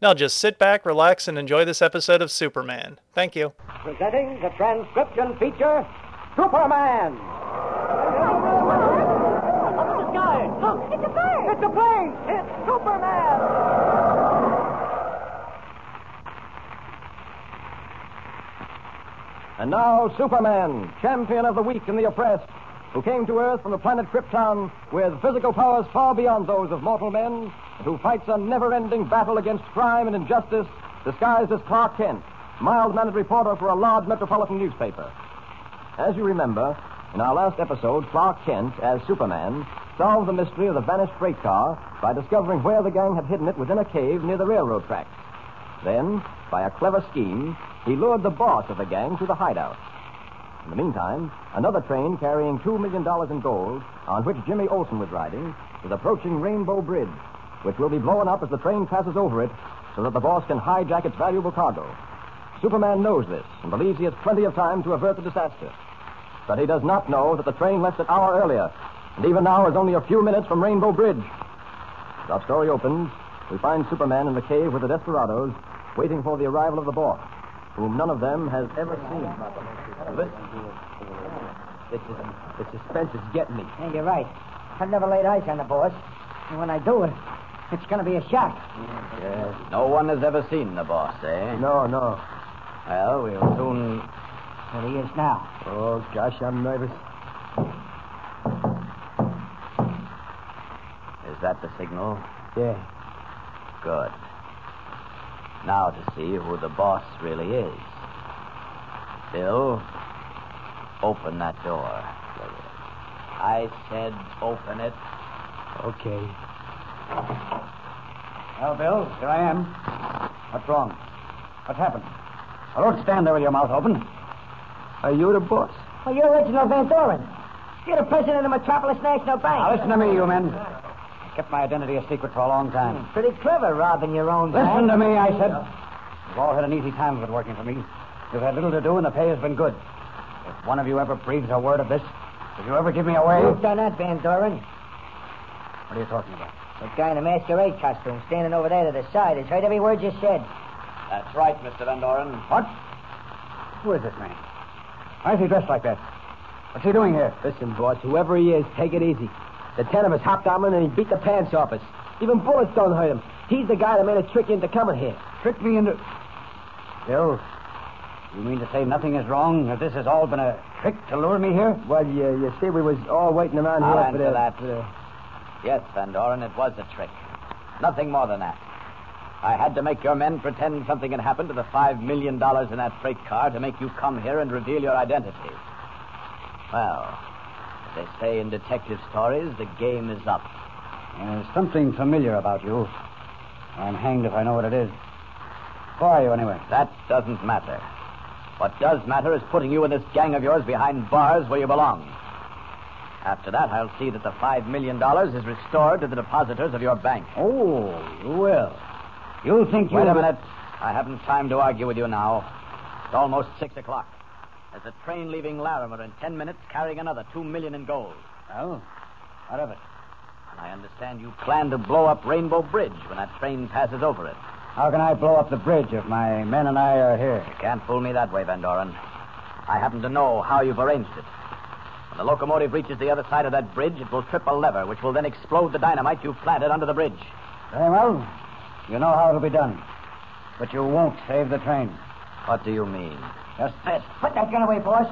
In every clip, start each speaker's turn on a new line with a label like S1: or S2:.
S1: Now just sit back, relax, and enjoy this episode of Superman. Thank you.
S2: Presenting the transcription feature, Superman. Up in the sky! Look, it's a plane! It's a plane! It's Superman!
S3: And now, Superman, champion of the weak and the oppressed, who came to Earth from the planet Krypton with physical powers far beyond those of mortal men, and who fights a never ending battle against crime and injustice, disguised as Clark Kent, mild mannered reporter for a large metropolitan newspaper. As you remember, in our last episode, Clark Kent, as Superman, solved the mystery of the vanished freight car by discovering where the gang had hidden it within a cave near the railroad tracks. Then, by a clever scheme, he lured the boss of the gang to the hideout. In the meantime, another train carrying $2 million in gold, on which Jimmy Olsen was riding, is approaching Rainbow Bridge, which will be blown up as the train passes over it so that the boss can hijack its valuable cargo. Superman knows this and believes he has plenty of time to avert the disaster. But he does not know that the train left an hour earlier, and even now is only a few minutes from Rainbow Bridge. As our story opens, we find Superman in the cave with the desperados, waiting for the arrival of the boss, whom none of them has ever seen. The, the suspense is getting me.
S4: Yeah, you're right. I've never laid eyes on the boss. And when I do it, it's going to be a shock.
S5: No one has ever seen the boss, eh?
S3: No, no.
S5: Well, we'll soon.
S4: But he is now.
S3: Oh, gosh, I'm nervous.
S5: Is that the signal?
S3: Yeah.
S5: Good. Now to see who the boss really is. Bill, open that door. I said open it.
S3: Okay.
S4: Well, Bill, here I am. What's wrong? What happened? I don't stand there with your mouth open.
S3: Are you the boss?
S4: Well, you're original Van Doren. You're the president of Metropolis National Bank.
S2: Now, listen to me, you men. I kept my identity a secret for a long time.
S4: Hmm, Pretty clever robbing your own
S2: Listen
S4: bank.
S2: to me, I said. You've all had an easy time of it working for me. You've had little to do, and the pay has been good. If one of you ever breathes a word of this, if you ever give me away.
S4: You've
S2: What
S4: done that, Van Doren.
S2: are you talking about?
S4: That guy in the masquerade costume standing over there to the side has heard every word you said.
S5: That's right, Mr. Van Doren.
S2: What? Who is this man? Why is he dressed like that? What's he doing here?
S3: Listen, boss, whoever he is, take it easy. The ten of us hopped on him and he beat the pants off us. Even bullets don't hurt him. He's the guy that made a trick into coming here.
S2: Tricked me into. Bill, you mean to say nothing is wrong? That this has all been a trick to lure me here?
S3: Well, you, you see, we was all waiting around
S5: I'll
S3: here for
S5: answer
S3: the-
S5: that.
S3: for the-
S5: Yes, Van Doren, it was a trick. Nothing more than that. I had to make your men pretend something had happened to the five million dollars in that freight car to make you come here and reveal your identity. Well, as they say in detective stories, the game is up.
S2: There's something familiar about you. I'm hanged if I know what it is. Who are you, anyway?
S5: That doesn't matter. What does matter is putting you and this gang of yours behind bars where you belong. After that, I'll see that the five million dollars is restored to the depositors of your bank.
S2: Oh, you will. You think you.
S5: Wait a minute. I haven't time to argue with you now. It's almost six o'clock. There's a train leaving Larimer in ten minutes carrying another two million in gold.
S2: Well, Oh, what of it?
S5: And I understand you plan to blow up Rainbow Bridge when that train passes over it.
S2: How can I blow up the bridge if my men and I are here?
S5: You can't fool me that way, Van Doren. I happen to know how you've arranged it. When the locomotive reaches the other side of that bridge, it will trip a lever, which will then explode the dynamite you've planted under the bridge.
S2: Very well. You know how it'll be done. But you won't save the train.
S5: What do you mean?
S2: Just this.
S4: Put that gun away, boss.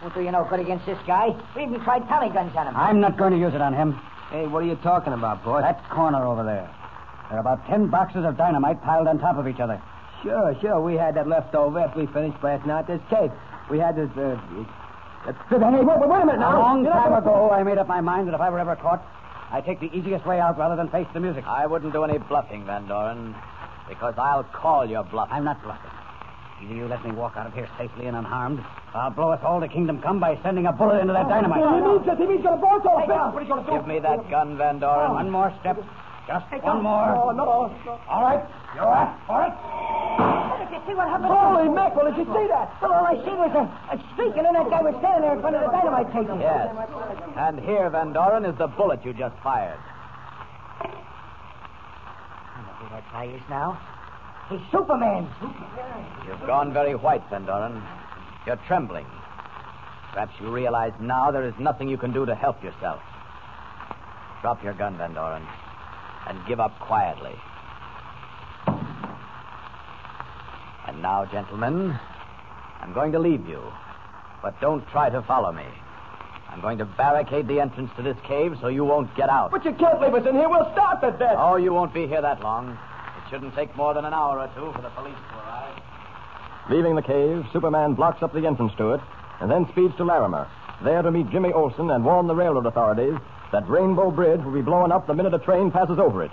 S4: Won't do you no good against this guy. We even tried Tommy guns on him.
S2: I'm not going to use it on him.
S3: Hey, what are you talking about, boss?
S2: That corner over there. There are about ten boxes of dynamite piled on top of each other.
S3: Sure, sure. We had that left over after we finished last night. This cake. We had this. Uh, uh, hey, wait, wait, wait a minute now.
S2: A long
S3: You're not
S2: time
S3: gonna-
S2: ago, I made up my mind that if I were ever caught, I'd take the easiest way out rather than face the music.
S5: I wouldn't do any bluffing, Van Doren, because I'll call your bluff.
S2: I'm not bluffing.
S6: Either you let me walk out of here safely and unharmed, or I'll blow us all to kingdom come by sending a bullet
S3: Oh,
S6: into that dynamite.
S4: it. He means it. Boss, all
S3: Give me that gun, Van Doren.
S6: One more step. Just one
S4: Oh,
S6: more.
S4: no, no.
S6: All right. You're up for it.
S5: Did you see what happened?
S4: Holy mackerel, did you see that?
S5: Well, all I seen was a, a streak, and then that guy was standing there in front of the dynamite table.
S3: Yes. And here, Van Doren, is the bullet you just fired.
S5: Look who that guy is now. He's Superman.
S3: You've gone very white, Van Doren. You're trembling. Perhaps you realize now there is nothing you can do to help yourself. Drop your gun, Van Doren, and give up quietly. And now, gentlemen, I'm going to leave you, but don't try to follow me. I'm going to barricade the entrance to this cave so you won't get out.
S7: But you can't leave us in here. We'll stop at that.
S3: Oh, you won't be here that long. It shouldn't take more than an hour or two for the police to arrive.
S7: Leaving the cave, Superman blocks up the entrance to it and then speeds to Larimer, there to meet Jimmy Olsen and warn the railroad authorities that Rainbow Bridge will be blown up the minute a train passes over it.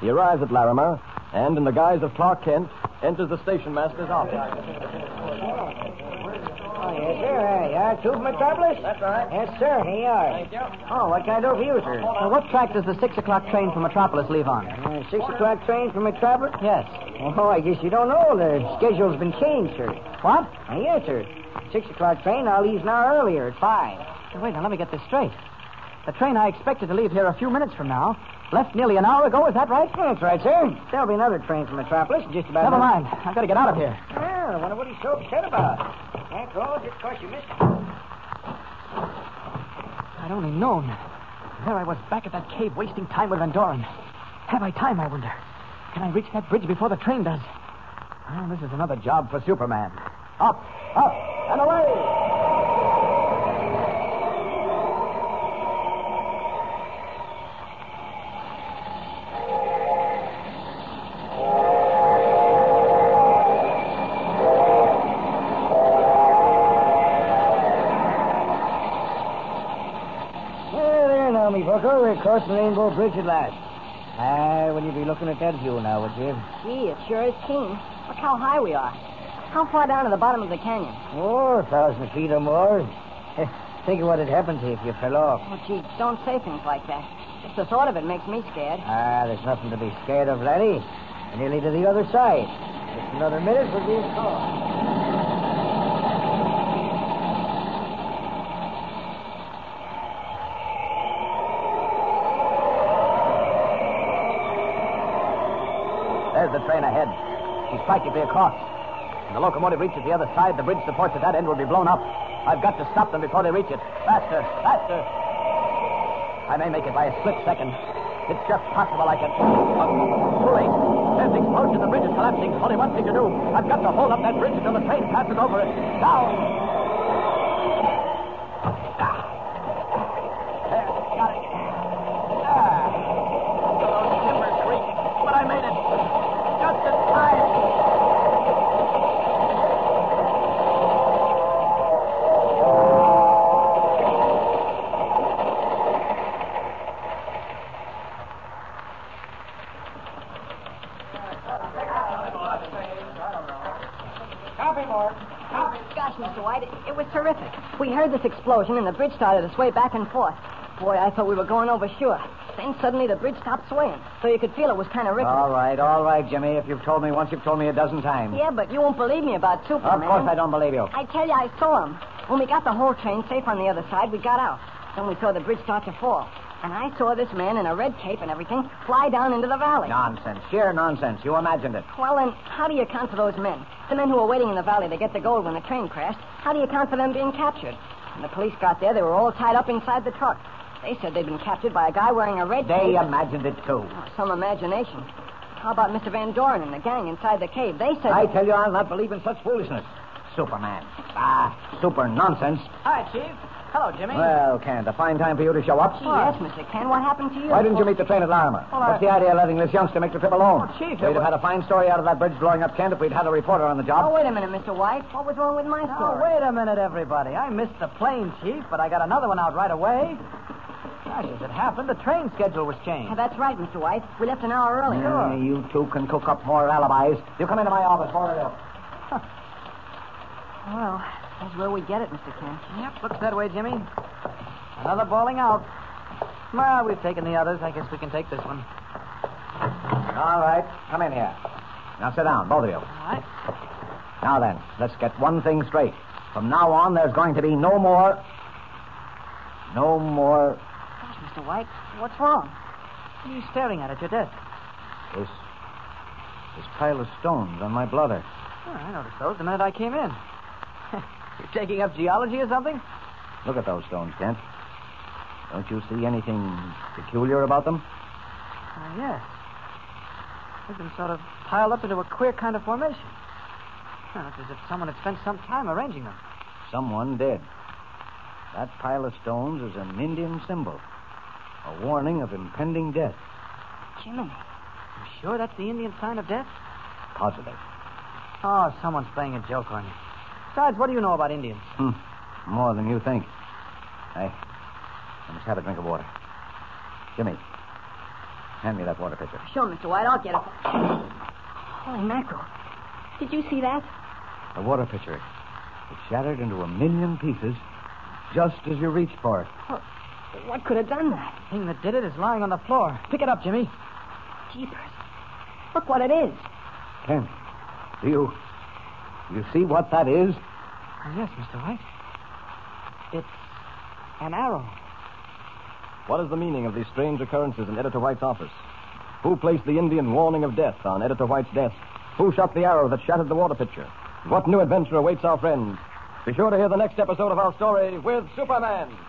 S7: He arrives at Larimer and, in the guise of Clark Kent, enters the station master's office.
S5: Oh, yes, sir. Hey, you are two from Metropolis? That's right. Yes, sir. Here you are. Thank you. Oh, what can I do for you, sir?
S6: Well, what track does the six o'clock train from Metropolis leave on?
S5: Uh, six o'clock train from Metropolis?
S6: Yes.
S5: Oh, I guess you don't know. The schedule's been changed, sir.
S6: What?
S5: Uh, yes, sir. Six o'clock train now leaves an hour earlier at five.
S6: Wait, now let me get this straight. The train I expected to leave here a few minutes from now left nearly an hour ago. Is that right?
S5: That's right, sir. There'll be another train from Metropolis in just about.
S6: Never
S5: an hour.
S6: mind. I've got to get out of here.
S5: Ah, I wonder what he's so upset about. After all, just course you missed it.
S6: I'd only known. There I was back at that cave, wasting time with Van Doren. Have I time? I wonder. Can I reach that bridge before the train does? Well, this is another job for Superman. Up, up, and away!
S5: There, there now, me bucko. We're crossing Rainbow Bridge at last. Ah, will you be looking at that view now, would you?
S2: Gee, it sure is keen. Look how high we are. How far down to the bottom of the canyon?
S5: Oh, a thousand feet or more. Think of what had happened to you if you fell off.
S2: Oh, gee, don't say things like that. Just the thought of it makes me scared.
S5: Ah, there's nothing to be scared of, laddie. We're nearly to the other side. Just another minute, we'll be across.
S3: There's the train ahead. She's practically across. When the locomotive reaches the other side, the bridge supports at that end will be blown up. I've got to stop them before they reach it. Faster, faster. I may make it by a split second. It's just possible I can. Oh, too late. There's the explosion. The bridge is collapsing. Only one thing to do. I've got to hold up that bridge until the train passes over it. Down. Ah. There, got it. Ah. Those timbers creak, but I made it. Just in time.
S2: Oh, gosh, Mr. White, it, it was terrific. We heard this explosion, and the bridge started to sway back and forth. Boy, I thought we were going over sure. Then suddenly the bridge stopped swaying, so you could feel it was kind of ripping.
S5: All right, all right, Jimmy. If you've told me once, you've told me a dozen times.
S2: yeah, but you won't believe me about
S5: Of
S2: Superman.
S5: course I don't believe you.
S2: I tell you, I saw him. When we got the whole train safe on the other side, we got out. Then we saw the bridge start to fall. And I saw this man in a red cape and everything fly down into the valley.
S5: Nonsense, sheer nonsense. You imagined it.
S2: Well, then, how do you account for those men? The men who were waiting in the valley to get the gold when the train crashed. How do you account for them being captured? When the police got there, they were all tied up inside the truck. They said they'd been captured by a guy wearing a red
S5: They
S2: cape.
S5: imagined it too.
S2: Oh, some imagination. How about Mr. Van Doren and the gang inside the cave? They said.
S5: I tell you, I'll not believe in such foolishness. Superman. Ah, super nonsense.
S2: Hi, Chief. Hello, Jimmy.
S5: Well, Kent, a fine time for you to show up.
S2: yes, Mr. Ken. What happened to you?
S5: Why didn't you meet the train at Larimer? What's the idea of letting this youngster make the trip alone?
S2: Oh, Chief, it
S5: we'd have
S2: was-
S5: had a fine story out of that bridge blowing up, Kent, if we'd had a reporter on the
S2: Oh,
S5: job.
S2: wait a minute, Mr. White. What was wrong with my story?
S5: oh, wait a minute, everybody. I missed the plane, Chief, but I got another one out right away. Gosh, as it happened, the train schedule was changed.
S2: Yeah, That's right, Mr. White. We left
S5: Mm,
S2: an hour early.
S5: you two can cook up more alibis. You come into my office, boy.
S8: Well, that's where we get it, Mr. Kent.
S2: Yep, looks that way, Jimmy. Another balling out. Well, we've taken the others. I guess we can take this one.
S3: All right, come in here. Now sit down, both of you.
S2: All right.
S3: Now then, let's get one thing straight. From now on, there's going to be no more. No more.
S8: Gosh, Mr. White, what's wrong?
S2: What are you staring at at your desk?
S3: This. This pile of stones on my bladder.
S2: Oh, I noticed those the minute I came in. You're taking up geology or something?
S3: Look at those stones, Kent. Don't you see anything peculiar about them?
S2: Ah, yes. They've been sort of piled up into a queer kind of formation. Well, it's as if someone had spent some time arranging them.
S3: Someone did. That pile of stones is an Indian symbol, a warning of impending death.
S8: Jiminy.
S2: You sure that's the Indian sign of death?
S3: Positive.
S2: Oh, someone's playing a joke on you. Besides, what do you know about Indians?
S3: Hmm. More than you think. Hey, I must have a drink of water. Jimmy, hand me that water pitcher.
S8: Sure, Mr. White, I'll get it. Holy mackerel. Did you see that?
S3: The water pitcher. It shattered into a million pieces just as you reached for it.
S8: What could have done that?
S2: The thing that did it is lying on the floor. Pick it up, Jimmy.
S8: Jeepers. Look what it is.
S3: Ken, do you. do You see what that is?
S2: Oh, yes, Mr. White. It's an arrow.
S9: What is the meaning of these strange occurrences in Editor White's office? Who placed the Indian warning of death on Editor White's desk? Who shot the arrow that shattered the water pitcher? What new adventure awaits our friends? Be sure to hear the next episode of our story with Superman.